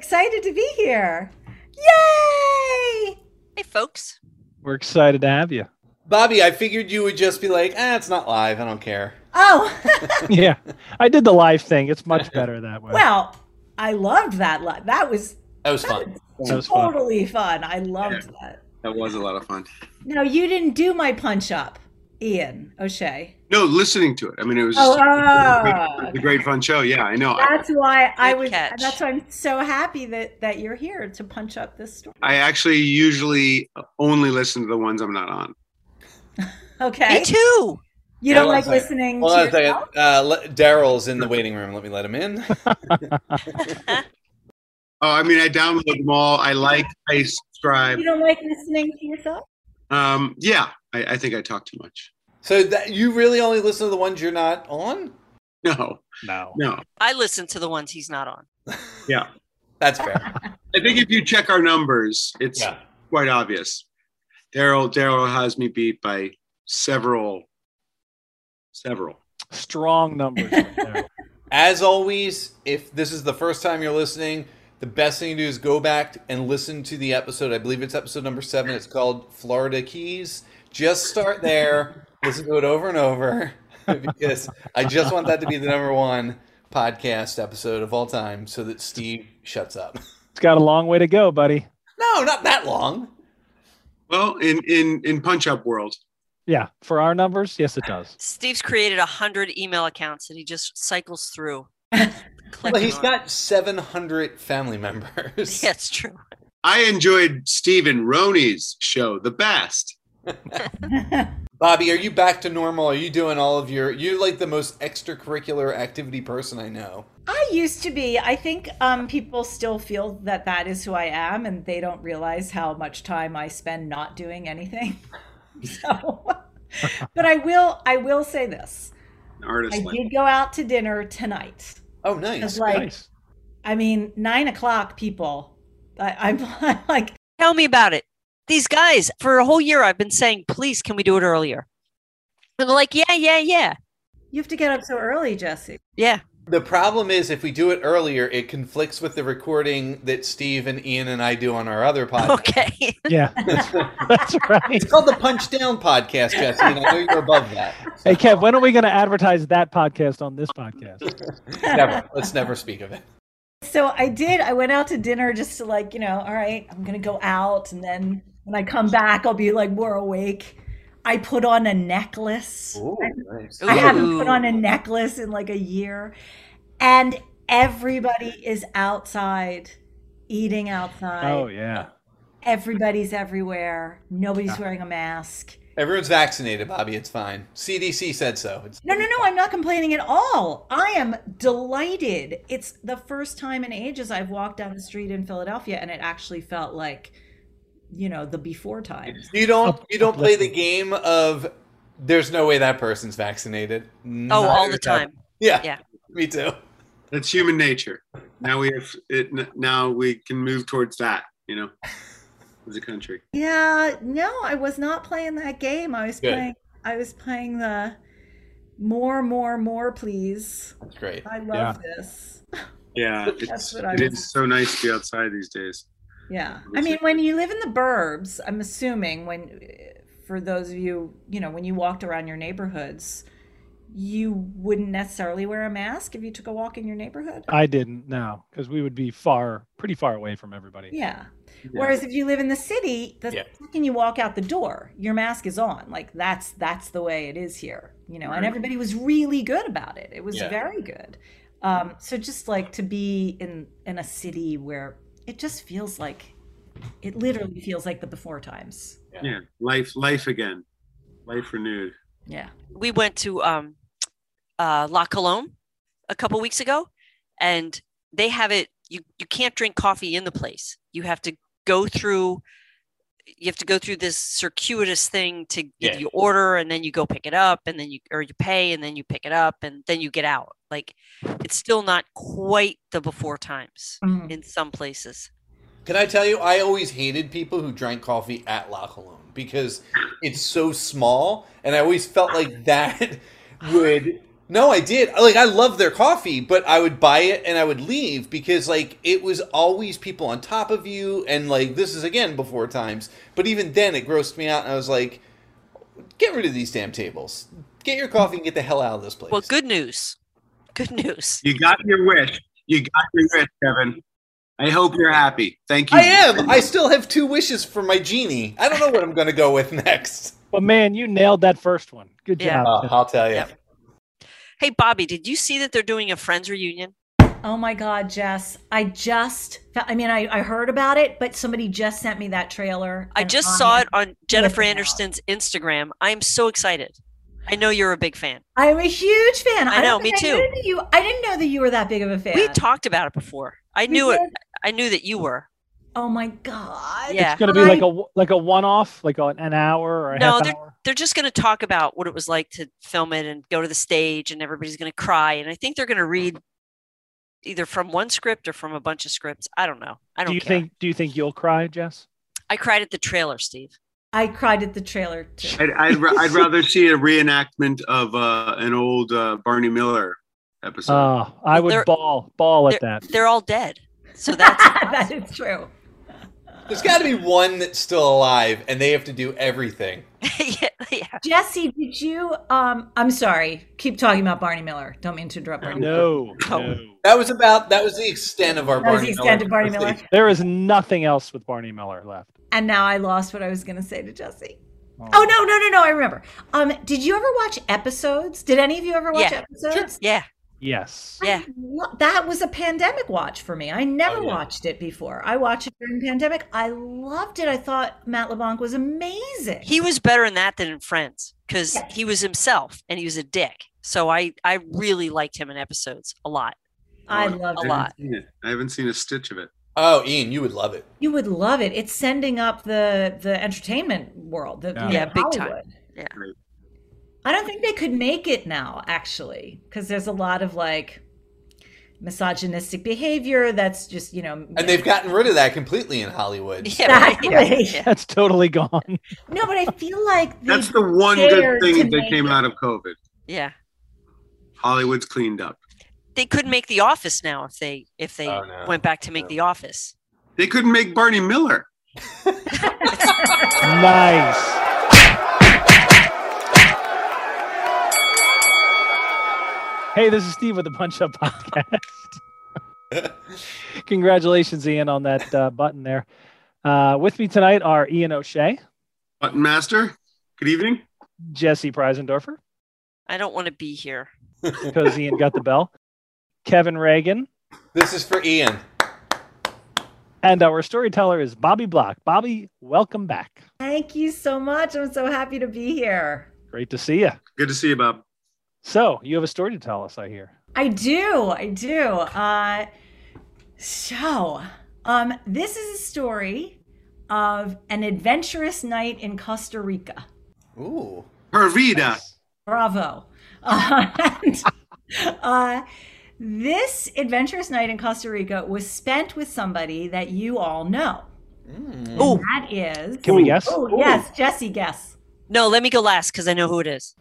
excited to be here. Yay! Hey, folks. We're excited to have you. Bobby, I figured you would just be like, ah, it's not live. I don't care. Oh, yeah, I did the live thing. It's much better that way. well, I loved that. Li- that was That was fun. That was fun. totally fun. I loved that. That was a lot of fun. No, you didn't do my punch up, Ian O'Shea. No, listening to it. I mean, it was Oh, just ah, a great fun show. Yeah, I know. I, that's why I Good was. catch. That's why I'm so happy that that you're here to punch up this story. I actually usually only listen to the ones I'm not on. Okay, Me too. you don't Hold on a like second. listening Hold to on a second. yourself? Uh, let- Daryl's in the waiting room. Let me let him in. Oh, I mean, I download them all. I like, I subscribe. You don't like listening to yourself. Um, yeah, I, I think I talk too much. So that you really only listen to the ones you're not on? No, No. no. I listen to the ones he's not on. Yeah. That's fair. I think if you check our numbers, it's yeah. quite obvious. Daryl Daryl has me beat by several, several. Strong numbers. Right there. As always, if this is the first time you're listening, the best thing to do is go back and listen to the episode. I believe it's episode number seven. It's called Florida Keys. Just start there, listen to it over and over because I just want that to be the number one podcast episode of all time so that Steve shuts up. it's got a long way to go, buddy. No, not that long. Well, in in in Punch Up world, Yeah, for our numbers, yes, it does. Steve's created a hundred email accounts that he just cycles through. Well, Clicking he's on. got 700 family members. Yeah, it's true. I enjoyed Stephen Roney's show the best. Bobby, are you back to normal? Are you doing all of your? You're like the most extracurricular activity person I know. I used to be. I think um, people still feel that that is who I am, and they don't realize how much time I spend not doing anything. so, but I will. I will say this: An artist. I like- did go out to dinner tonight. Oh, It's nice. like, nice. I mean, nine o'clock, people. I, I'm, I'm like, Tell me about it. These guys, for a whole year, I've been saying, please, can we do it earlier? And they're like, yeah, yeah, yeah. you have to get up so early, Jesse. Yeah. The problem is, if we do it earlier, it conflicts with the recording that Steve and Ian and I do on our other podcast. Okay. Yeah, that's right. It's called the Punch Down podcast, Jesse, and I know you're above that. Hey, Kev, when are we going to advertise that podcast on this podcast? Never. Let's never speak of it. So I did. I went out to dinner just to like, you know, all right, I'm gonna go out, and then when I come back, I'll be like more awake. I put on a necklace. nice. I haven't put Ooh. on a necklace in like a year, and everybody is outside, eating outside. Oh yeah, Everybody's everywhere. Nobody's Ah. wearing a mask. Everyone's vaccinated, Bobby. It's fine. CDC said so. It's, No, no, no, I'm not complaining at all. I am delighted. It's the first time in ages I've walked down the street in Philadelphia and it actually felt like, you know, the before times. you don't. You don't play the Uplifting. game of. There's no way that person's vaccinated. Oh, all the time. Yeah. Yeah. Me too. That's human nature. Now we have it. Now we can move towards that. You know, as a country. Yeah, no, I was not playing that game. I was Good. playing I was playing the more, more, more, please. That's great. I love this. Yeah, it's, what I it was- is so nice to be outside these days. Yeah. Me I mean, too. when you live in the burbs, I'm assuming when, for those of you, you know, when you walked around your neighborhoods, you wouldn't necessarily wear a mask if you took a walk in your neighborhood. I didn't now because we would be far, pretty far away from everybody. Yeah. Yeah. Whereas if you live in the city, the Yeah. second you walk out the door, your mask is on. Like that's that's the way it is here, you know. And Right. everybody was really good about it. It was Yeah. very good. Um, so just like to be in in a city where it just feels like it literally feels like the before times. yeah, life, life again, life renewed. Yeah. we went to um, uh, La Colombe a couple weeks ago, and they have it. You you can't drink coffee in the place. You have to go through. You have to go through this circuitous thing to Yeah. you order, and then you go pick it up, and then you or you pay, and then you pick it up, and then you get out. Like it's still not quite the before times Mm. in some places. Can I tell you, I always hated people who drank coffee at La Colombe because it's so small, and I always felt like that would No, I did. Like I love their coffee, but I would buy it and I would leave because like it was always people on top of you and like this is again before times. But even then it grossed me out and I was like get rid of these damn tables. Get your coffee and get the hell out of this place. Well, good news. Good news. You got your wish. You got your wish, Kevin. I hope you're happy. Thank you. I am. I still have two wishes for my genie. I don't know what I'm going to go with next. But man, you nailed that first one. Good Yeah. job. Uh, I'll tell you. Yep. Hey, Bobby, did you see that they're doing a friends reunion? Oh my God, Jess. I just, I mean, I, I heard about it, but somebody just sent me that trailer. I and just saw it on Jennifer out. Anderson's Instagram. I'm so excited. I know you're a big fan. I'm a huge fan. I don't know, think me I too. knew that you, I didn't know that you were that big of a fan. We talked about it before. I We knew it. did. I knew that you were. Oh my God. Yeah. It's gonna be like a like a one off, like a, an hour or a No, half hour. They're just going to talk about what it was like to film it and go to the stage, and everybody's going to cry. And I think they're going to read either from one script or from a bunch of scripts. I don't know. I don't Do you care. think Do you think you'll cry, Jess? I cried at the trailer, Steve. I cried at the trailer too. I'd, I'd, ra- I'd rather see a reenactment of uh, an old uh, Barney Miller episode. Oh, I would They're- ball ball at that. They're all dead. So that's that is true. There's got to be one that's still alive and they have to do everything. yeah, yeah. Jesse, did you? Um, I'm sorry. Keep talking about Barney Miller. Don't mean to interrupt Barney. No, Oh. no. That was about that was the extent of our That was Barney the extent of Barney Miller. conversation. There is nothing else with Barney Miller left. And now I lost what I was going to say to Jesse. Oh no, no, no, no! I remember. Um, did you ever watch episodes? Did any of you ever watch Yeah. episodes? Yeah. Yes. I Yeah. lo- that was a pandemic watch for me. I never Oh, yeah. watched it before. I watched it during pandemic. I loved it. I thought Matt LeBlanc was amazing. He was better in that than in Friends because Yes. he was himself and he was a dick. So I, I really liked him in episodes a lot. I loved I it. haven't lot. seen it. I haven't seen a stitch of it. Oh, Ian, you would love it. You would love it. It's sending up the the entertainment world. The, Yeah. you Yeah, know, big time. Hollywood. Yeah. Right. I don't think they could make it now, actually, because there's a lot of like misogynistic behavior that's just you know. And they've gotten rid of that completely in Hollywood. Yeah, right. yeah, Exactly. yeah. That's totally gone. no, but I feel like they, That's the one dare good to thing that make came it. out of COVID. yeah. Hollywood's cleaned up. They couldn't make The Office now if they if they Oh, no. went back to make No. The Office. They couldn't make Barney Miller. nice. Hey, this is Steve with the Punch Up Podcast. Congratulations, Ian, on that uh, button there. Uh, with me tonight are Ian O'Shea, Button Master, good evening. Jesse Preisendorfer, I don't want to be here. because Ian got the bell, Kevin Reagan, This is for Ian. and our storyteller is Bobby Block. Bobby, welcome back. Thank you so much. I'm so happy to be here. Great to see you. Good to see you, Bob. So, you have a story to tell us, I hear. I do. I do. Uh, so, um, this is a story of an adventurous night in Costa Rica. Ooh. Pervida. Bravo. Uh, and, uh, this adventurous night in Costa Rica was spent with somebody that you all know. Mm. Oh That is. Can we guess? Oh, yes, Jesse, guess. no, let me go last because I know who it is.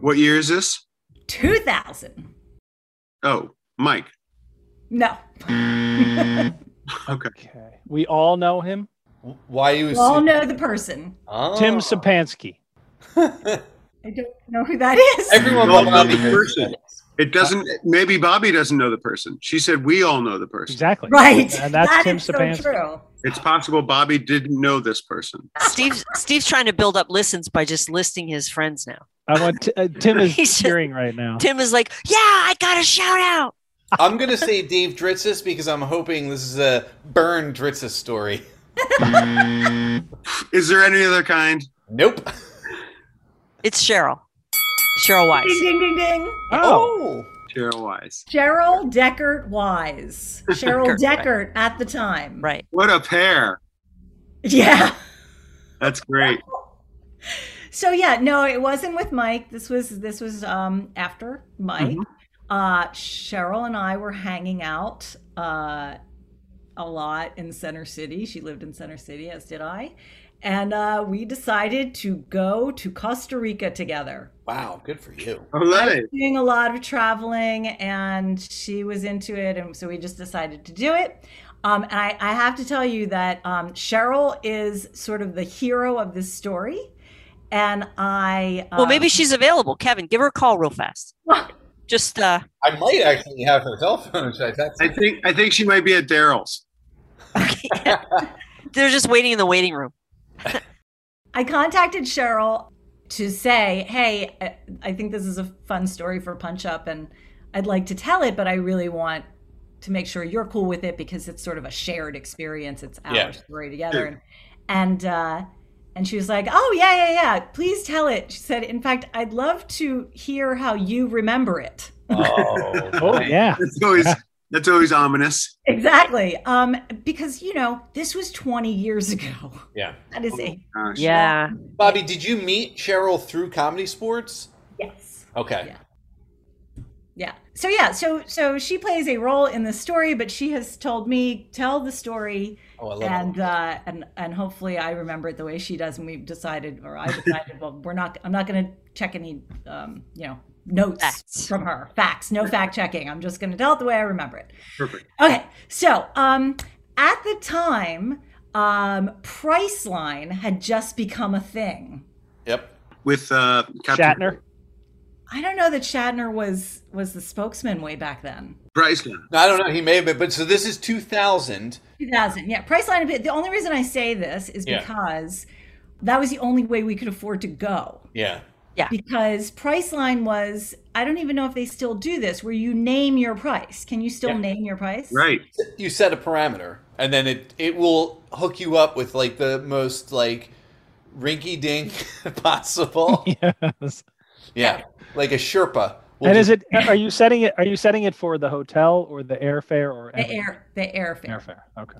What year is this? 2000. Oh, Mike. No. Okay. Okay. We all know him. Why you You all assume- know the person. Oh. Tim Sapansky. I don't know who that is. Everyone Well, but Bobby the knows person. that. It doesn't, maybe Bobby doesn't know the person. She said, we all know the person. Exactly. Right. And that's That Tim is so Sapansky. true. It's possible Bobby didn't know this person. Steve's Steve's trying to build up listens by just listing his friends now. I want t- uh, Tim is He's just- cheering right now. Tim is like, yeah, I got a shout out. I'm gonna say Dave Dritzis because I'm hoping this is a burn Dritzis story. Is there any other kind? Nope. It's Cheryl. Cheryl Wise. Ding, ding, ding, ding. Oh, Cheryl Wise. Cheryl Deckert Wise. Cheryl Deckert at the time. Right. What a pair. Yeah. That's great. So yeah, no, it wasn't with Mike. This was this was um after Mm-hmm. Mike. Uh Cheryl and I were hanging out uh a lot in Center City. She lived in Center City, as did I. And uh, we decided to go to Costa Rica together. Wow, good for you. All right. Doing a lot of traveling, and she was into it. And so we just decided to do it. Um, and I, I have to tell you that um, Cheryl is sort of the hero of this story. And I. Well, maybe um, she's available. Kevin, give her a call real fast. Just uh, I might actually have her cell phone. Should I text I her? think I think she might be at Daryl's. they're just waiting in the waiting room. I contacted Cheryl to say, hey, I- I think this is a fun story for Punch Up, and I'd like to tell it, but I really want to make sure you're cool with it because it's sort of a shared experience. It's our Yeah. story together. And, and, uh, and she was like, oh, yeah, yeah, yeah, please tell it. She said, in fact, I'd love to hear how you remember it. Oh, Oh nice. yeah. That's always that's always ominous. Exactly. Um, because, you know, this was 20 years ago. Yeah. That is a Gosh. Yeah. Bobby, did you meet Cheryl through Comedy Sports? yes. Okay. Yeah. Yeah. So yeah, so so she plays a role in the story, but she has told me tell the story Oh, I love and it. uh and and hopefully I remember it the way she does and we've decided or I decided well we're not I'm not going to check any um you know notes Facts. from her. Facts, no fact checking. I'm just going to tell it the way I remember it. Perfect. Okay. So, um at the time, um Priceline had just become a thing. Yep. With uh, Captain Shatner. I don't know that Shatner was was the spokesman way back then. Priceline. No, I don't know. He may have been, but so this is 2000. 2000 yeah priceline the only reason i say this is Yeah. because that was the only way we could afford to go Yeah. because priceline was i don't even know if they still do this where you name your price can you still Yeah. name your price Right. You set a parameter, and then it it will hook you up with like the most like rinky dink possible. Yes. yeah. Like a Sherpa. will And is just- it? Are you setting it? Are you setting it for the hotel or the airfare or the everything? air the airfare airfare? Okay.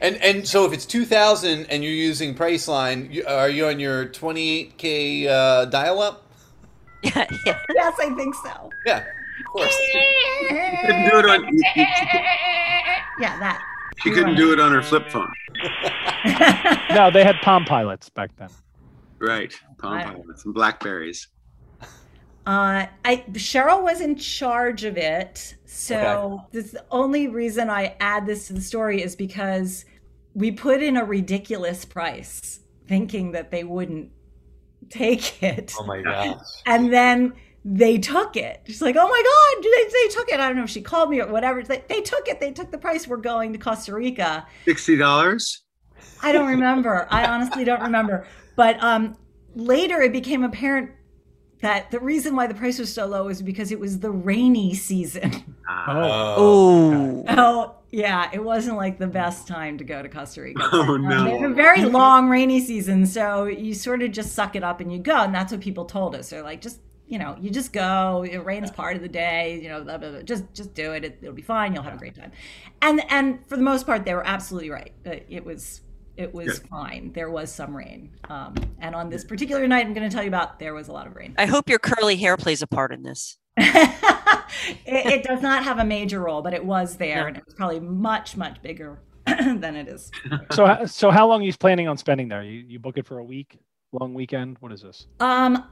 And and so if it's 2000 and you're using Priceline, you, are you on your 28k uh, dial up? Yeah. Yeah. yes i think so Yeah. Of course. She couldn't do it on. yeah that She couldn't do it on her flip phone. No, they had Palm Pilots back then. Right. Palm pilots and blackberries. Uh, I Cheryl was in charge of it, so this the only reason I add this to the story is because we put in a ridiculous price, thinking that they wouldn't take it, Oh my gosh. and then they took it. She's like, "Oh my god, they, they took it!" I don't know if she called me or whatever. It's like, they took it. They took the price. We're going to Costa Rica. Sixty dollars. I don't remember. I honestly don't remember. But um, later it became apparent that the reason why the price was so low is because it was the rainy season. Ah, Oh. Oh. Oh, yeah, it wasn't like the best time to go to Costa Rica. Oh Um, they have a no. very long rainy season, so you sort of just suck it up and you go. And that's what people told us. They're like, just you know, you just go. It rains part of the day. You know, blah, blah, blah. just just do it. it. It'll be fine. You'll have a great time. And and for the most part, they were absolutely right. Uh, It was it was fine. There was some rain. Um, and on this particular night, I'm going to tell you about. There was a lot of rain. I hope your curly hair plays a part in this. it, it does not have a major role, but it was there, and it was probably much much bigger than it is So, h- so how long are you planning on spending there? You you book it for a week, long weekend. What is this? Um,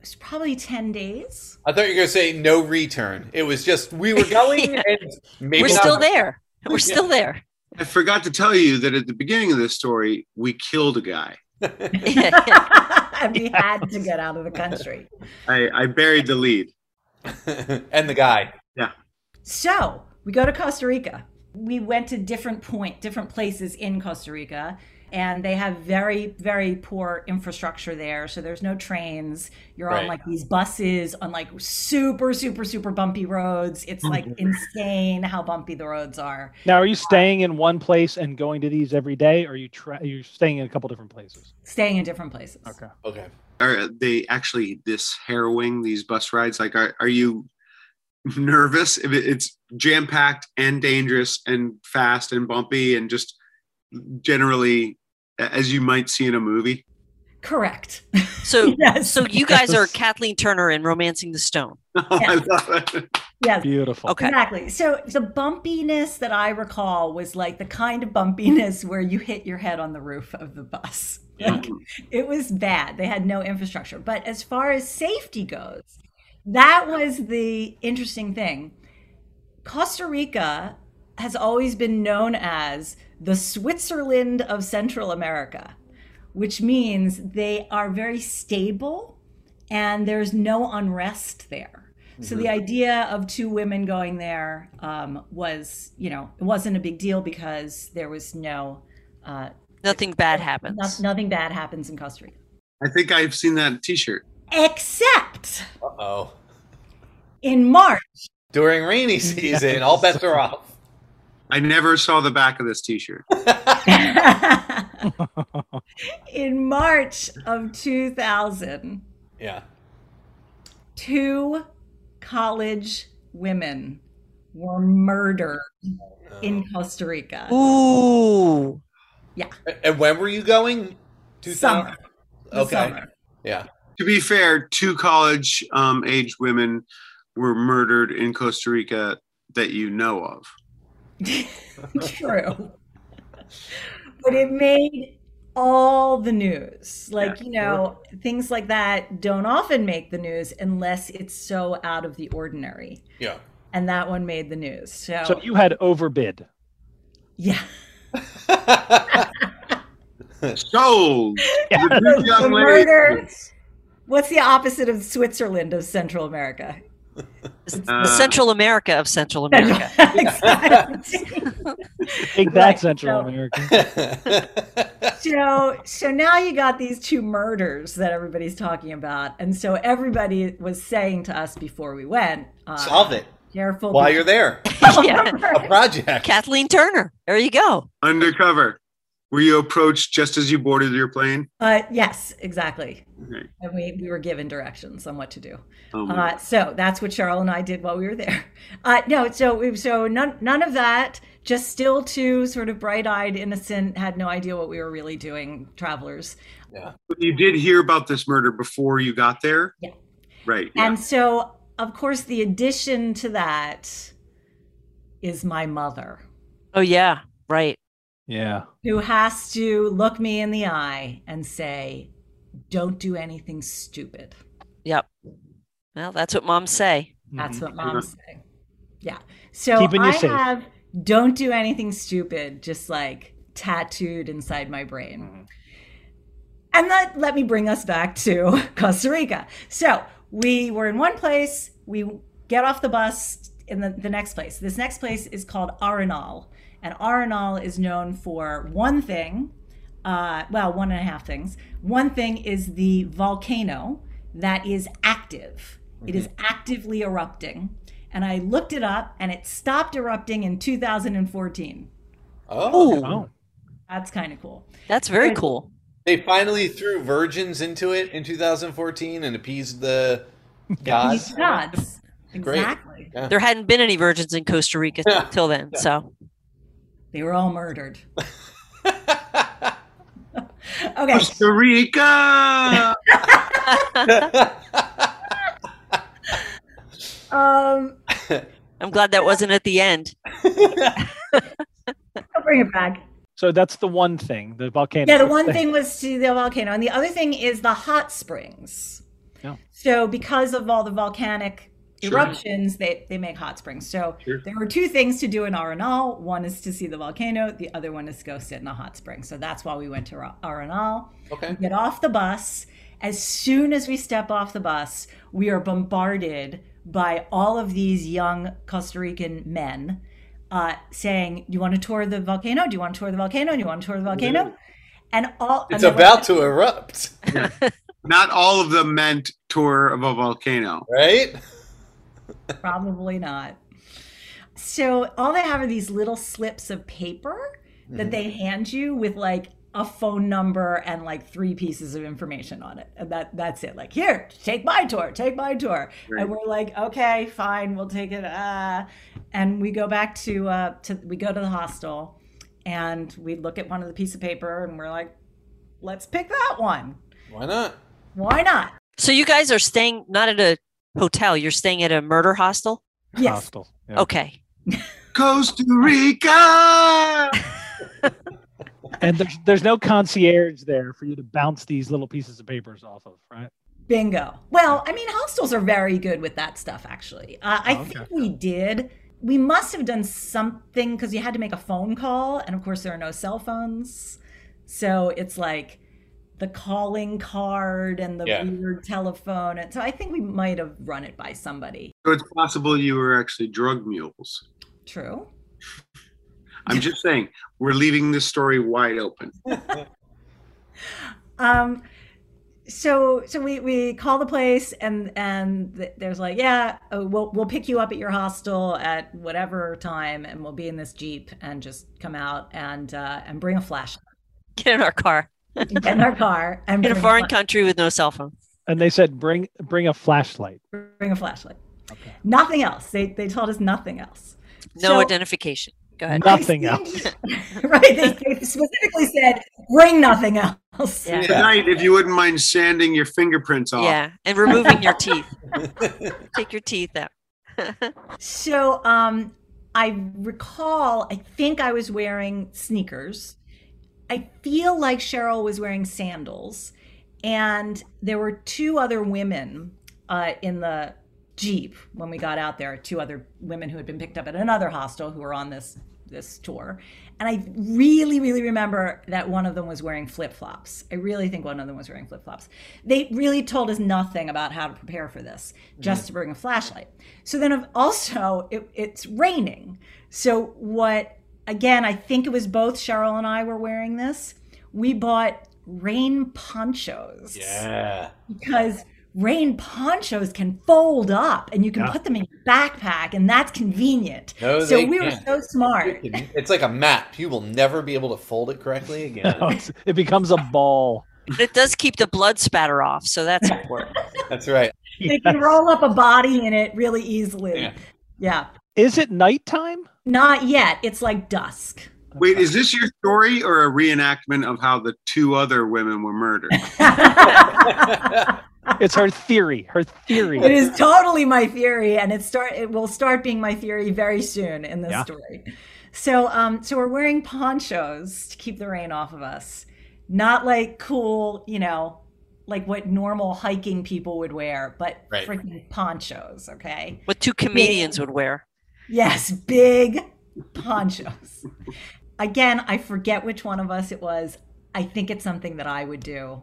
it's probably ten days. I thought you were going to say no return. It was just we were going Yeah. and maybe We're not. still there. We're still there. I forgot to tell you that at the beginning of this story, we killed a guy. Yeah. yeah. and we had to get out of the country. I, I buried the lead. and the guy. So we go to Costa Rica. We went to different point, different places in Costa Rica, and they have very, very poor infrastructure there. So there's no trains. You're on Right. like these buses on like super, super, super bumpy roads. It's like insane how bumpy the roads are. Now, are you staying in one place and going to these every day, or are you tra- you're staying in a couple different places? Staying in different places. Okay. Okay. Are they actually this harrowing? These bus rides, like, are are you nervous? If it- It's jam packed and dangerous and fast and bumpy and just generally a- as you might see in a movie. Correct. So yes. so you guys are Yes. Kathleen Turner in Romancing the Stone. Oh, I love it. Yes. Beautiful. Okay. Exactly. So the bumpiness that I recall was like the kind of bumpiness where you hit your head on the roof of the bus. Like it was bad. They had no infrastructure. But as far as safety goes, that was the interesting thing. Costa Rica has always been known as the Switzerland of Central America, which means they are very stable and there's no unrest there. So the idea of two women going there um, was, you know, it wasn't a big deal because there was no, uh, Nothing bad no- happens. nothing bad happens in Costa Rica. I think I've seen that T-shirt. Except Uh oh. in March, During rainy season, all bets are off. I never saw the back of this T-shirt. in March of 2000, Yeah. two college women were murdered in Costa Rica. Ooh. Uh, And when were you going? 2000? Summer. The Okay. summer. Yeah. To be fair, two college um, age women were murdered in Costa Rica that you know of. True. but it made all the news. Like, you know, things like that don't often make the news unless it's so out of the ordinary. Yeah. And that one made the news. So, So you had overbid. yeah. Sold. Yeah. Two The young ladies. murder. What's the opposite of Switzerland of Central America? It's Uh, the Central America of Central America. Exactly. Take that, Right, Central so- America. so so now you got these two murders that everybody's talking about. And so everybody was saying to us before we went, uh, Solve it Careful. while you're there. yeah. A project. Kathleen Turner. There you go. Undercover. Were you approached just as you boarded your plane? Uh, yes, exactly. Okay. And we, we were given directions on what to do. Oh, my- Uh, so that's what Cheryl and I did while we were there. Uh, no, so we- so none none of that. Just still two sort of bright eyed, innocent, had no idea what we were really doing. Travelers, But you did hear about this murder before you got there? Yeah. Right. yeah. and so of course the addition to that is my mother, Oh yeah. Right. Yeah. who has to look me in the eye and say, "Don't do anything stupid." Yep. Well, that's what moms say. That's Mhm. what Mhm. mom's saying. Yeah. So Keeping you I safe. have don't do anything stupid, just like tattooed inside my brain. Mm-hmm. And that let me bring us back to Costa Rica. So we were in one place, we get off the bus in the, the next place. This next place is called Arenal. And Arenal is known for one thing, uh, well, one and a half things. One thing is the volcano that is active, It is actively erupting. And I looked it up and it stopped erupting in 2014. Oh. Oh, Oh. That's kind of cool. that's very Good. cool. They finally threw virgins into it in 2014 and appeased the gods. Gods. Great. Exactly. There hadn't been any virgins in Costa Rica till then. So They were all murdered. That's Okay. Costa Rica. Um, I'm glad that wasn't at the end. I'll bring it back. So that's the one thing, the volcano. Yeah, the What's one thing was to the volcano, and the other thing is the hot springs. Yeah. So because of all the volcanic Sure. eruptions, they, they make hot springs. So Sure. there were two things to do in Arenal. One is to see the volcano. The other one is to go sit in a hot spring. So that's why we went to Ra- Arenal. okay. Get off the bus. As soon as we step off the bus, we are bombarded by all of these young Costa Rican men uh, saying, "Do you want to tour the volcano? Do you want to tour the volcano? Do you want to tour the volcano?" And all and It's they're about to erupt, Not all of them meant tour of a volcano. right? like, probably not. So all they have are these little slips of paper Mm-hmm. that they hand you with like a phone number and like three pieces of information on it. And that that's it. Like, here, take my tour, take my tour. Right. And we're like, okay, fine, we'll take it. Uh, and we go back to uh to we go to the hostel and we look at one of the piece of paper and we're like, let's pick that one. Why not? Why not? So you guys are staying not at a hotel. You're staying at a murder hostel. Yes. hostile. Yeah. Okay. Costa Rica. And there's there's no concierge there for you to bounce these little pieces of papers off of, right? Bingo. Well, I mean, hostels are very good with that stuff, actually. Uh, I Oh, okay. think we did. We must have done something because you had to make a phone call. And of course, there are no cell phones. So it's like the calling card and the Yeah. weird telephone. And so I think we might have run it by somebody. So it's possible you were actually drug mules. True. I'm just saying, we're leaving this story wide open. Um, so so we, we call the place and and th- there's like yeah uh, we'll we'll pick you up at your hostel at whatever time and we'll be in this jeep and just come out and uh, and bring a flashlight Get in our car. Get in our car and In a bring foreign fla- country with no cell phone. And they said bring bring a flashlight. bring a flashlight. Okay. Nothing else. They they told us nothing else. No So- identification. Go ahead. No. Nothing I else. think- right. They, they specifically said bring nothing else. Yeah. Tonight, if you wouldn't mind sanding your fingerprints off. Yeah. And removing your teeth. Take your teeth out. So um I recall I think I was wearing sneakers. I feel like Cheryl was wearing sandals and there were two other women uh in the Jeep when we got out there, two other women who had been picked up at another hostel who were on this this tour. And I really, really remember that one of them was wearing flip flops. I really think one of them was wearing flip flops. They really told us nothing about how to prepare for this, just to bring a flashlight. So then, of- also, it, it's raining. So, what, again, I think it was both Cheryl and I were wearing this. We bought rain ponchos Yeah. because rain ponchos can fold up and you can Yeah. put them in your backpack and that's convenient. No, so they we were can't. so smart. It's like a map. You will never be able to fold it correctly again. It's- it becomes a ball. But it does keep the blood spatter off. So that's important. That's right. They can Yes. roll up a body in it really easily. Yeah. Yeah. Is it nighttime? Not yet. It's like dusk. Wait, is this your story or a reenactment of how the two other women were murdered? it It's her theory. Her theory. is totally my theory and it start it will start being my theory very soon in this Yeah. story. So um so we're wearing ponchos to keep the rain off of us. Not like cool, you know, like what normal hiking people would wear, but Right. freaking ponchos, okay? What two comedians would wear. Yes, big ponchos. Again, I forget which one of us it was. I think it's something that I would do.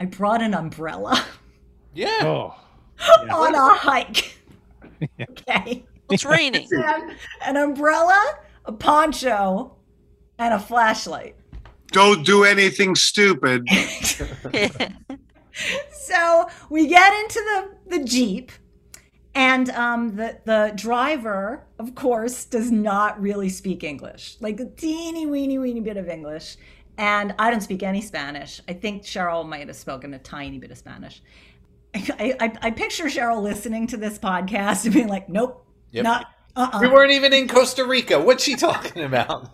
I brought an umbrella Yeah. Oh. on a hike. Okay. It's raining. And an umbrella, a poncho, and a flashlight. Don't do anything stupid. So we get into the, the Jeep, and um, the, the driver, of course, does not really speak English, like a teeny weeny weeny bit of English. And I don't speak any Spanish. I think Cheryl might have spoken a tiny bit of Spanish. I, I, I picture Cheryl listening to this podcast and being like, nope, Yep. not, uh-uh. We weren't even in Costa Rica. What's she talking about?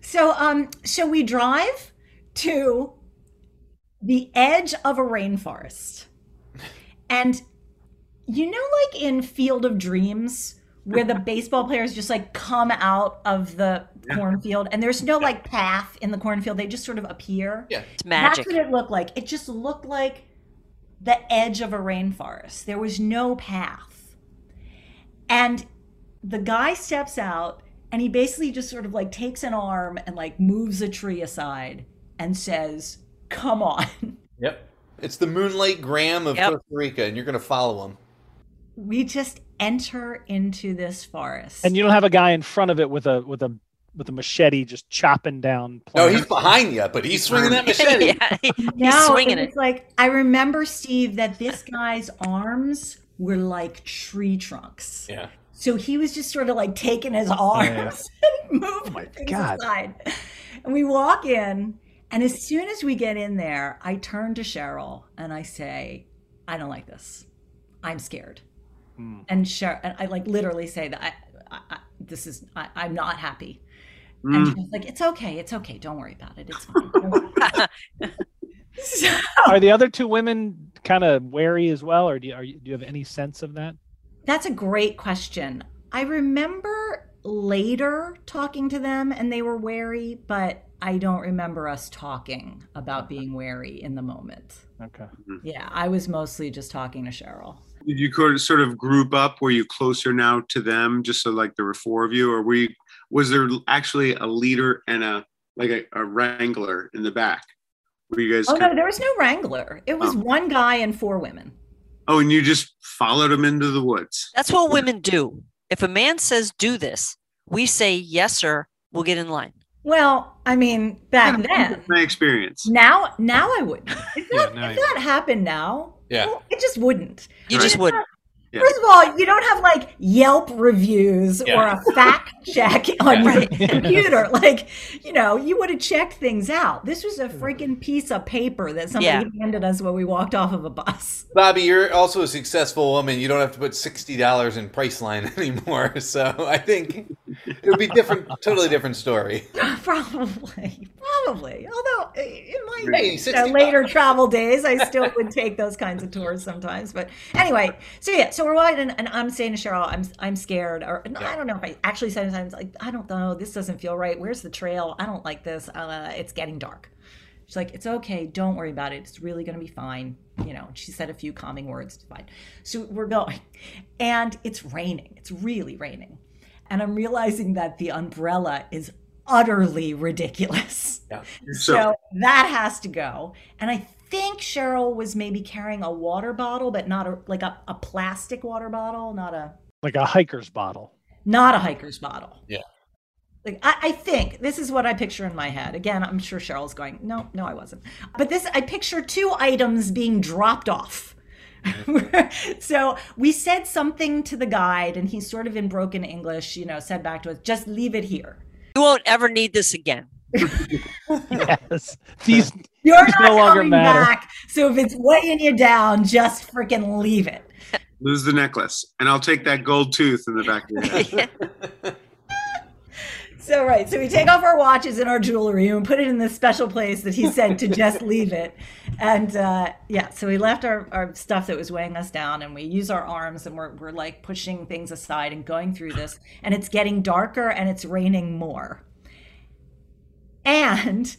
So um so we drive to the edge of a rainforest. And you know like in Field of Dreams where the baseball players just like come out of the cornfield and there's no like path in the cornfield they just sort of appear. Yeah. It's magic. That's what it looked like. It just looked like the edge of a rainforest. There was no path. And the guy steps out and he basically just sort of like takes an arm and like moves a tree aside and says, Come on. Yep. It's the Moonlight Graham of Yep. Costa Rica, and you're going to follow him. We just enter into this forest. And you don't have a guy in front of it with a with a with a machete just chopping down. No, plants. he's behind you, but he's swinging that machete. yeah, he- he's No, swinging it was it. like I remember, Steve, that this guy's arms were like tree trunks. Yeah. So he was just sort of like taking his Oh, arms and moving things God. aside. And we walk in, and as soon as we get in there, I turn to Cheryl and I say, "I don't like this. I'm scared." Hmm. And Cheryl, and I like literally say that I, I, I this is I, I'm not happy. And Mm. she's like, "It's okay. It's okay. Don't worry about it. It's fine." Don't worry." So- Are the other two women kind of wary as well, or do you, are you, do you have any sense of that? That's a great question. I remember later talking to them and they were wary, but I don't remember us talking about being wary in the moment. Okay. Yeah, I was mostly just talking to Cheryl. Did you co- sort of group up? Were you closer now to them, just so like there were four of you, or were you, was there actually a leader and a like a, a wrangler in the back? Were you guys? Oh kind no, there was no wrangler. It was Oh. one guy and four women. of- oh, and you just followed him into the woods. That's what women do. If a man says do this, we say yes, sir. We'll get in line. Well, I mean, back Yeah, then. my experience. Now, now I wouldn't. If Yeah, that, now if you- that happened now, Yeah. well, it just wouldn't. You Right. just wouldn't. Yeah. First of all, you don't have like Yelp reviews or Yeah. a fact check on your Right. computer. Like, you know, you would have checked things out. This was a freaking piece of paper that somebody handed us when we walked off of a bus. Bobby, you're also a successful woman. You don't have to put sixty dollars in Priceline anymore. So I think it would be different, totally different story. probably, probably. Although uh, in my Hey, you know, 65. later travel days, I still would take those kinds of tours sometimes. But anyway, so yeah, so we're riding, and I'm saying to Cheryl, I'm I'm scared, or and I don't know if I actually sometimes like I don't know, this doesn't feel right. Where's the trail? I don't like this. Uh, it's getting dark. She's like, it's okay. Don't worry about it. It's really going to be fine. You know, she said a few calming words. It's fine. So we're going. And it's raining. It's really raining. And I'm realizing that the umbrella is utterly ridiculous. So, So, that has to go. And I think Cheryl was maybe carrying a water bottle, but not a like a, a plastic water bottle, not a Like a hiker's bottle. not a hiker's bottle. Yeah. Like I, I think this is what I picture in my head. Again, I'm sure Cheryl's going, no, no, I wasn't. But this I picture two items being dropped off. so we said something to the guide, and he sort of in broken English, you know, said back to us, just leave it here. You won't ever need this again. Yes. These You're These not no longer coming matter. back. So if it's weighing you down, just freaking leave it. lose the necklace, and I'll take that gold tooth in the back of your head. So right, so we take off our watches and our jewelry and we put it in this special place that he said to just leave it, and uh, yeah, so we left our, our stuff that was weighing us down, and we use our arms and we're we're like pushing things aside and going through this, and it's getting darker and it's raining more, and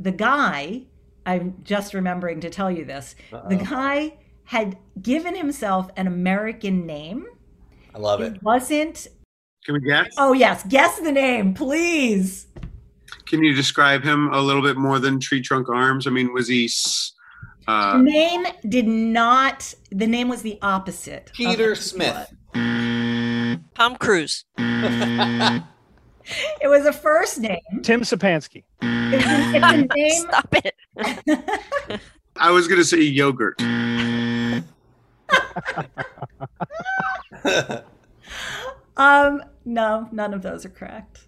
the guy, I'm just remembering to tell you this, the guy had given himself an American name. I love it. It wasn't. Can we guess? Oh yes, guess the name, please. Can you describe him a little bit more than tree trunk arms? I mean, was he? s- Uh, name did not the name was the opposite of Peter what it Smith. was. Tom Cruise. it was a first name Tim Sapansky. it's Mm. a, it's a name Stop it. I was going to say yogurt. um no none of those are correct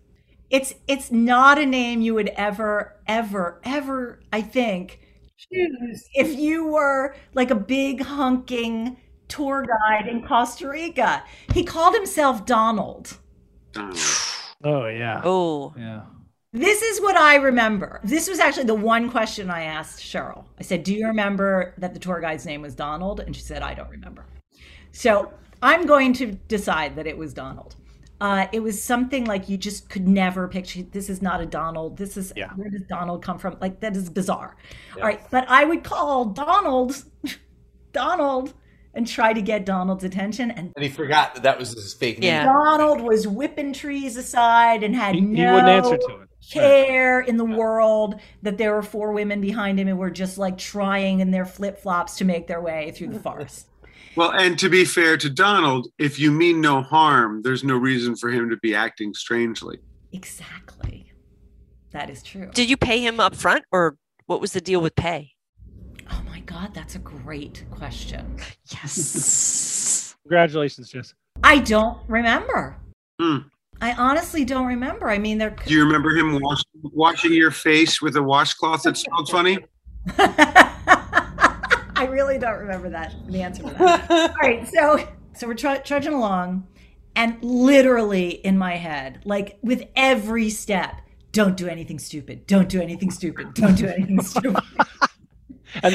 it's it's not a name you would ever ever ever i think choose if you were like a big hunking tour guide in costa rica he called himself donald Oh, Oh yeah. Oh, Yeah. This is what I remember. This was actually the one question I asked Cheryl. I said, Do you remember that the tour guide's name was Donald? And she said, I don't remember. So I'm going to decide that it was Donald. Uh, it was something like you just could never picture. This is not a Donald. This is Yeah. where does Donald come from? Like that is bizarre. All right, but I would call Donald, Donald, and try to get Donald's attention. And And he forgot that that was his fake name. Yeah. Donald was whipping trees aside and had He, no he wouldn't answer to it. care in the world that there were four women behind him who were just like trying in their flip flops to make their way through the forest. Well, and to be fair to Donald, if you mean no harm, there's no reason for him to be acting strangely. Exactly. That is true. did you pay him up front or what was the deal with pay? oh my God, that's a great question. Yes. Congratulations, Jess. I don't remember. Hmm. I honestly don't remember. I mean, there. Do you remember him wash, washing your face with a washcloth that smelled funny? I really don't remember that the answer to that. All right, so so we're tr- trudging along, and literally in my head, like with every step, don't do anything stupid. Don't do anything stupid. Don't do anything stupid. and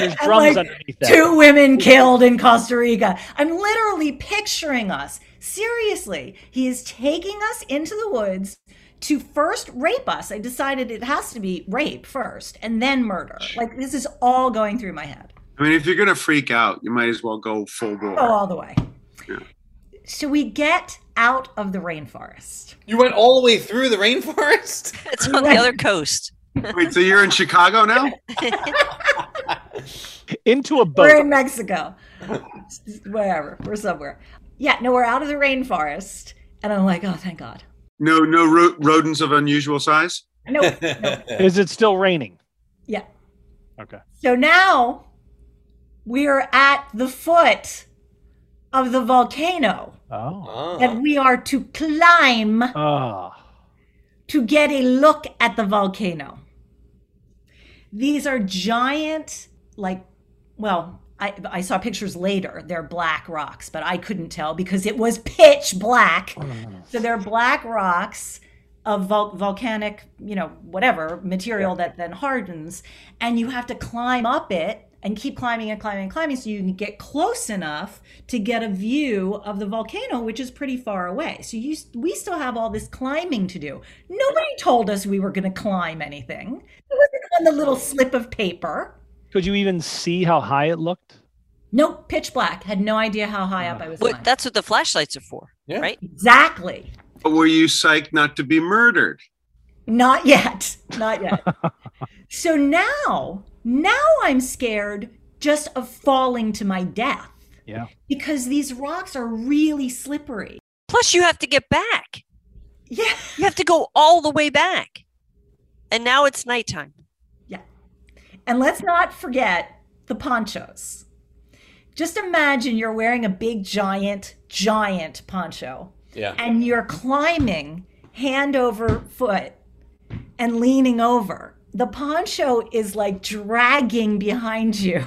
there's And, like, drums underneath that. Two women killed in Costa Rica. I'm literally picturing us. Seriously, he is taking us into the woods to first rape us. I decided it has to be rape first and then murder. Like, this is all going through my head. I mean, if you're gonna freak out, you might as well go full bore. Go all the way. Yeah. So we get out of the rainforest. You went all the way through the rainforest? It's on the other coast. Wait, so you're in Chicago now? into a boat. We're in Mexico. Wherever. We're somewhere. Yeah, no, we're out of the rainforest. And I'm like, oh, thank God. No, no ro- rodents of unusual size. No, no. Is it still raining? Yeah. Okay. So now we are at the foot of the volcano Oh. that we are to climb Ah. to get a look at the volcano. These are giant, like, well, I, I saw pictures later. They're black rocks, but I couldn't tell because it was pitch black. So they're black rocks of vul- volcanic, you know, whatever material that then hardens. And you have to climb up it and keep climbing and climbing and climbing so you can get close enough to get a view of the volcano, which is pretty far away. So you, we still have all this climbing to do. Nobody told us we were going to climb anything. It wasn't on the little slip of paper. Could you even see how high it looked? Nope, pitch black. Had no idea how high up I was. What, climbing. that's what the flashlights are for, Yeah. right? exactly. But were you psyched not to be murdered? Not yet. Not yet. so now, now I'm scared just of falling to my death Yeah. because these rocks are really slippery. Plus, you have to get back. Yeah. You have to go all the way back. And now it's nighttime. And let's not forget the ponchos. Just imagine you're wearing a big, giant, giant poncho Yeah. and you're climbing hand over foot and leaning over. The poncho is like dragging behind you,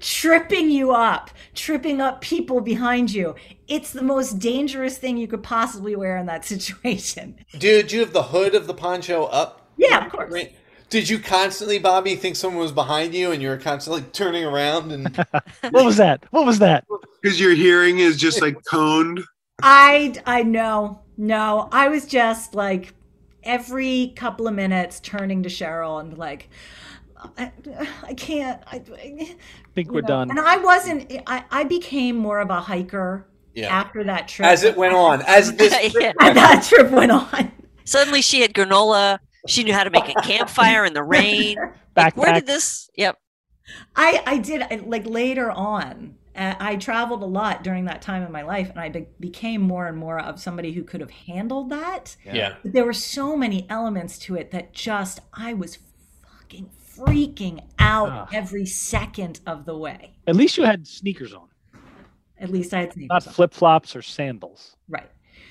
tripping you up, tripping up people behind you. It's the most dangerous thing you could possibly wear in that situation. Dude, you have the hood of the poncho up? Yeah, of course. Right. Did you constantly, Bobby, think someone was behind you and you were constantly turning around and What was that? What was that? Because your hearing is just like coned. I I know. No, I was just like every couple of minutes turning to Cheryl and like I, I can't I, I I think we're you know, done. And I wasn't. I, I became more of a hiker yeah. after that trip. as it went on, as this Yeah. As that trip went on. Suddenly, she had granola. She knew how to make a campfire in the rain. Like, where did Backpack. this? Yep. I I did I- like later on. uh, I traveled a lot during that time in my life, and I be- became more and more of somebody who could have handled that. yeah. But there were so many elements to it that just I was fucking freaking out Ah. every second of the way. At least you had sneakers on, At least I had sneakers. not on. flip flops or sandals. Right.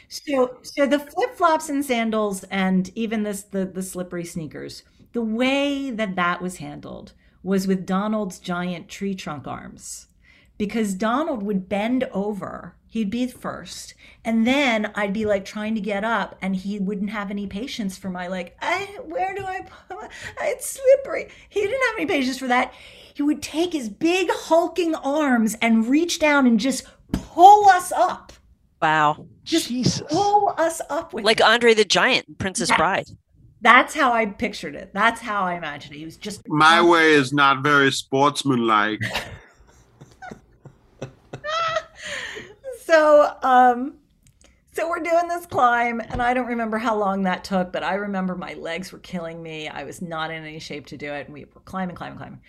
So so the flip-flops and sandals and even this the the slippery sneakers. The way that that was handled was with Donald's giant tree trunk arms. Because Donald would bend over, he'd be first, and then I'd be like trying to get up, and he wouldn't have any patience for my like, I, where do I put? my- It's slippery. He didn't have any patience for that. He would take his big hulking arms and reach down and just pull us up Wow. Just Jesus. pull us up with Like him. Andre the Giant, in Princess Yeah. Bride. that's how I pictured it. That's how I imagined it. He was just My way is not very sportsmanlike. so um so we're doing this climb and I don't remember how long that took, but I remember my legs were killing me. I was not in any shape to do it, and we were climbing, climbing, climbing.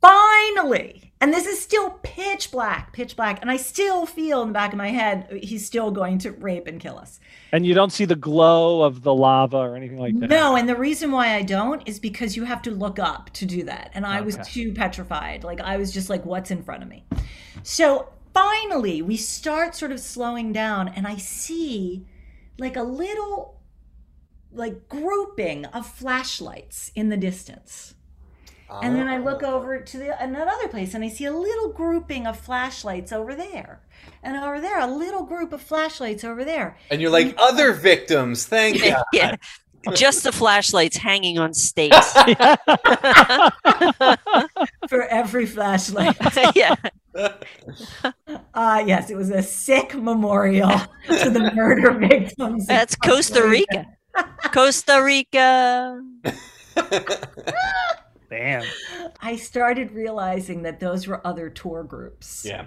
Finally, and this is still pitch black, pitch black, and I still feel in the back of my head he's still going to rape and kill us. And you don't see the glow of the lava or anything like that. No, and the reason why I don't is because you have to look up to do that. And I was Okay. too petrified. Like I was just like, what's in front of me? So finally we start sort of slowing down and I see like a little like grouping of flashlights in the distance. And then I look Ah. over Oh. to the another place and I see a little grouping of flashlights over there. And over there, a little group of flashlights over there. And you're like, other victims, thank you. yeah. Just the flashlights hanging on stakes. for every flashlight. yeah. Uh, yes, it was a sick memorial to the murder victims. in That's Costa Rica. Costa Rica. Damn. I started realizing that those were other tour groups. yeah.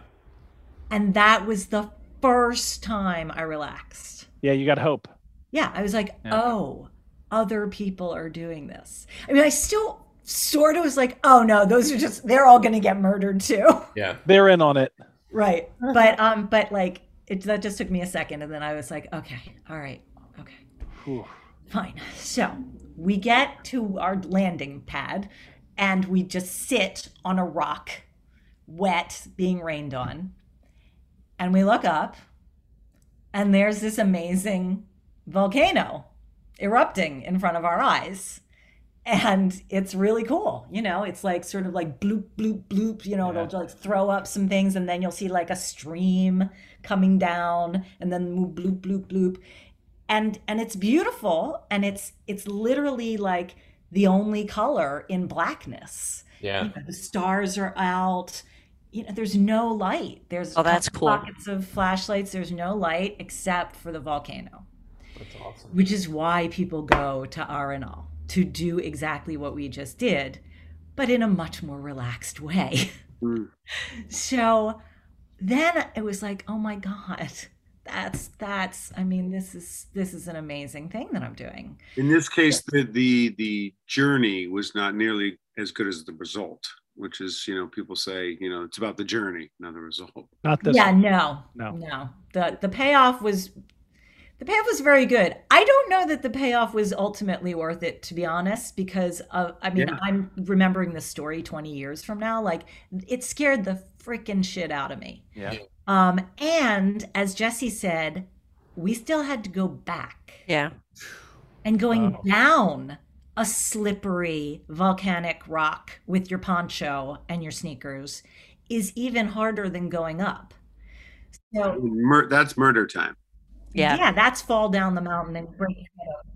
And that was the first time I relaxed. Yeah, you got hope. Yeah, I was like, Yeah. oh, other people are doing this. I mean, I still sort of was like, oh no, those are just, they're all going to get murdered too. Yeah. They're in on it. Right. But, um, but like, it, that just took me a second. And then I was like, okay, all right, okay. Whew. Fine. So we get to our landing pad and we just sit on a rock, wet, being rained on. And we look up and there's this amazing volcano erupting in front of our eyes. And it's really cool. You know, it's like sort of like bloop, bloop, bloop. You know, it'll like throw up some things and then you'll see like a stream coming down and then move bloop, bloop, bloop and and it's beautiful and it's it's literally like the only color in blackness Yeah. You know, the stars are out you know there's no light there's Oh, that's couple cool. pockets of flashlights there's no light except for the volcano That's awesome. which is why people go to Arenal to do exactly what we just did but in a much more relaxed way Mm. so then it was like oh my god that's that's i mean this is this is an amazing thing that i'm doing In this case, the, the the journey was not nearly as good as the result, which is you know people say you know it's about the journey, not the result. Not this. yeah one. no No. no the the payoff was the payoff was very good i don't know that the payoff was ultimately worth it to be honest because of, i mean Yeah. i'm remembering this story 20 years from now like it scared the freaking shit out of me Yeah. um and as jesse said we still had to go back Yeah. and going Wow. down a slippery volcanic rock with your poncho and your sneakers is even harder than going up. So Mur- that's murder time. Yeah. that's fall down the mountain and bring your head up.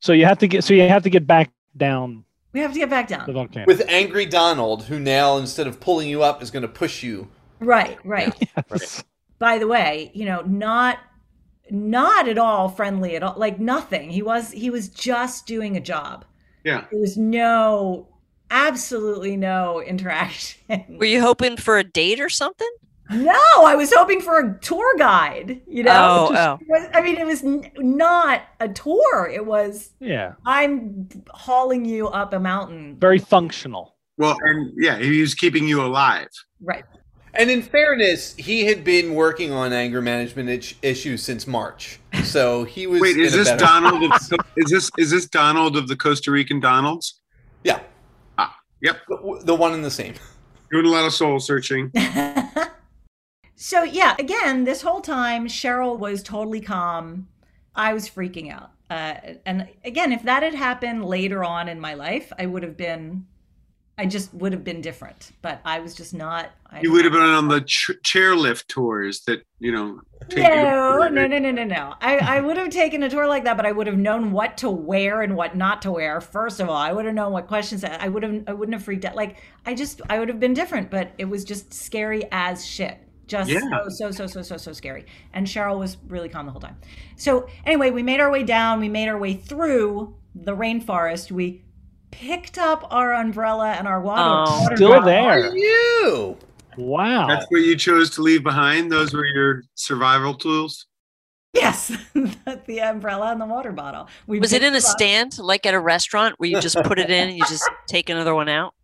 So you have to get. So you have to get back down We have to get back the down. volcano. With angry Donald, who now instead of pulling you up is going to push you. Right, right. Yes. By the way, you know, not not at all friendly at all. Like nothing. He was he was just doing a job. Yeah. There was no absolutely no interaction. Were you hoping for a date or something? No, I was hoping for a tour guide. You know, Oh, oh. It was- I mean, it was n- not a tour. It was Yeah. I'm hauling you up a mountain. Very functional. Well, and yeah, he was keeping you alive. Right. And in fairness, he had been working on anger management itch- issues since March, so he was. Wait, is in a this better- Donald? Of, is this is this Donald of the Costa Rican Donalds? Yeah. Ah, yep. The one and the same. Doing a lot of soul searching. so yeah, again, this whole time Cheryl was totally calm. I was freaking out. Uh, and again, if that had happened later on in my life, I would have been, I just would have been different. But I was just not. I, You would have been on the ch- chairlift tours that you know. take you to- No, no, no, no, no, no. I, I would have taken a tour like that, but I would have known what to wear and what not to wear. First of all, I would have known what questions. I would have. I wouldn't have freaked out. Like I just, I would have been different. But it was just scary as shit. Just Yeah. so, so, so, so, so, so scary. And Cheryl was really calm the whole time. So anyway, we made our way down. We made our way through the rainforest. We picked up our umbrella and our water. Oh. water Still bottle. there. You. Wow. That's what you chose to leave behind. Those were your survival tools. Yes, the umbrella and the water bottle. We Was it picked in a up- stand, like at a restaurant, where you just put it in and you just take another one out?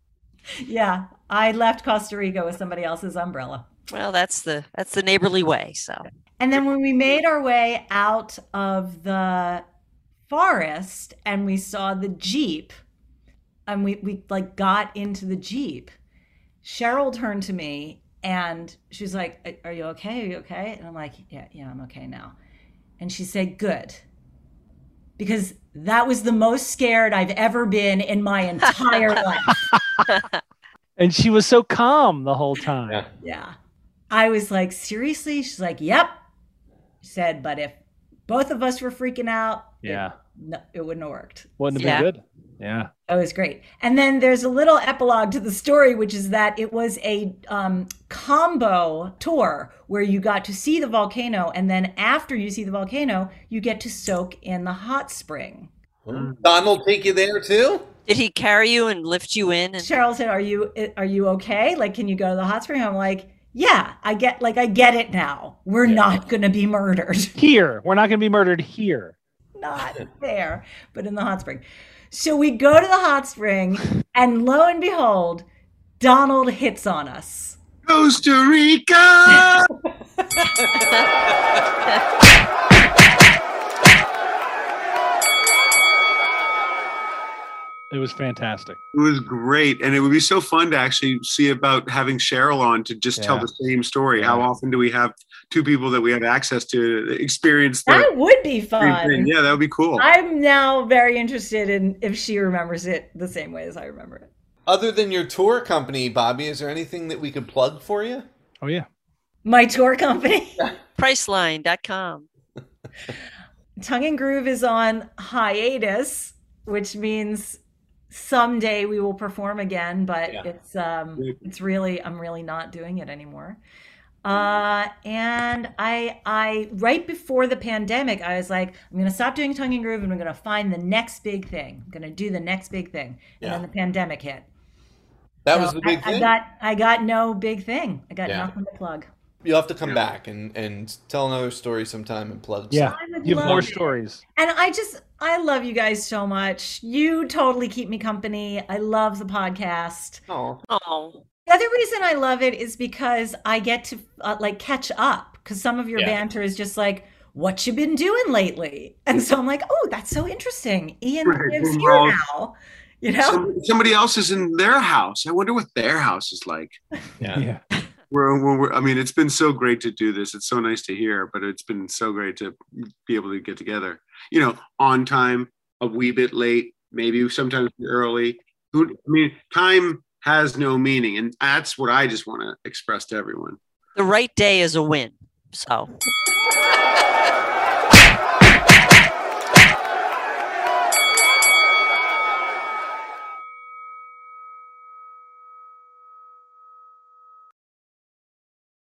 Yeah, I left Costa Rica with somebody else's umbrella. Well, that's the that's the neighborly way. So And then when we made our way out of the forest and we saw the Jeep and we, we like got into the Jeep, Cheryl turned to me and she's like, "A- Are you okay? Are you okay? And I'm like, Yeah, yeah, I'm okay now. And she said, Good. Because that was the most scared I've ever been in my entire life. And she was so calm the whole time. Yeah. Yeah. I was like, seriously? She's like, yep. She said, but if both of us were freaking out, it- Yeah. no, it wouldn't have worked. Wouldn't have Yeah. been good. Yeah. Oh, it was great. And then there's a little epilogue to the story, which is that it was a um, combo tour where you got to see the volcano, and then after you see the volcano, you get to soak in the hot spring. Donald take you there too? Did he carry you and lift you in? And Cheryl said, "Are you eh, are you okay? Like, can you go to the hot spring?" I'm like, "Yeah, I get like I get it now. We're not going to be murdered." Here, we're not going to be murdered here. not there, but in the hot spring. So we go to the hot spring, and lo and behold, Donald hits on us. Costa Rica! It was fantastic. It was great, and it would be so fun to actually see about having Cheryl on to just tell Yeah. the same story. How often do we have two people that we have access to experience the That would be same thing? fun. Yeah, that would be cool. I'm now very interested in if she remembers it the same way as I remember it. Other than your tour company, Bobby, is there anything that we could plug for you? Oh yeah. My tour company. Priceline.com. Tongue and Groove is on hiatus, which means someday we will perform again, but Yeah. it's um Yeah. it's really I'm really not doing it anymore. Uh and I I right before the pandemic, I was like, I'm gonna stop doing Tongue and Groove and I'm gonna find the next big thing. I'm gonna do the next big thing. And then Yeah. the pandemic hit. That So was the big I, thing. I got I got no big thing. I got Yeah. nothing to plug. You'll have to come Yeah. back and, and tell another story sometime and plug Yeah. I would Give love more it. stories. And I just, I love you guys so much. You totally keep me company. I love the podcast. Oh, Oh, The other reason I love it is because I get to uh, like catch up because some of your Yeah. banter is just like, what you been doing lately? And so I'm like, oh, that's so interesting. Ian Right, lives we're here all- now. You know? Some- somebody else is in their house. I wonder what their house is like. yeah. We're, we're, we're- I mean, it's been so great to do this. It's so nice to hear, but it's been so great to be able to get together. You know, on time, a wee bit late, maybe sometimes early. Who? I mean, time has no meaning, and that's what I just want to express to everyone. the right day is a win. So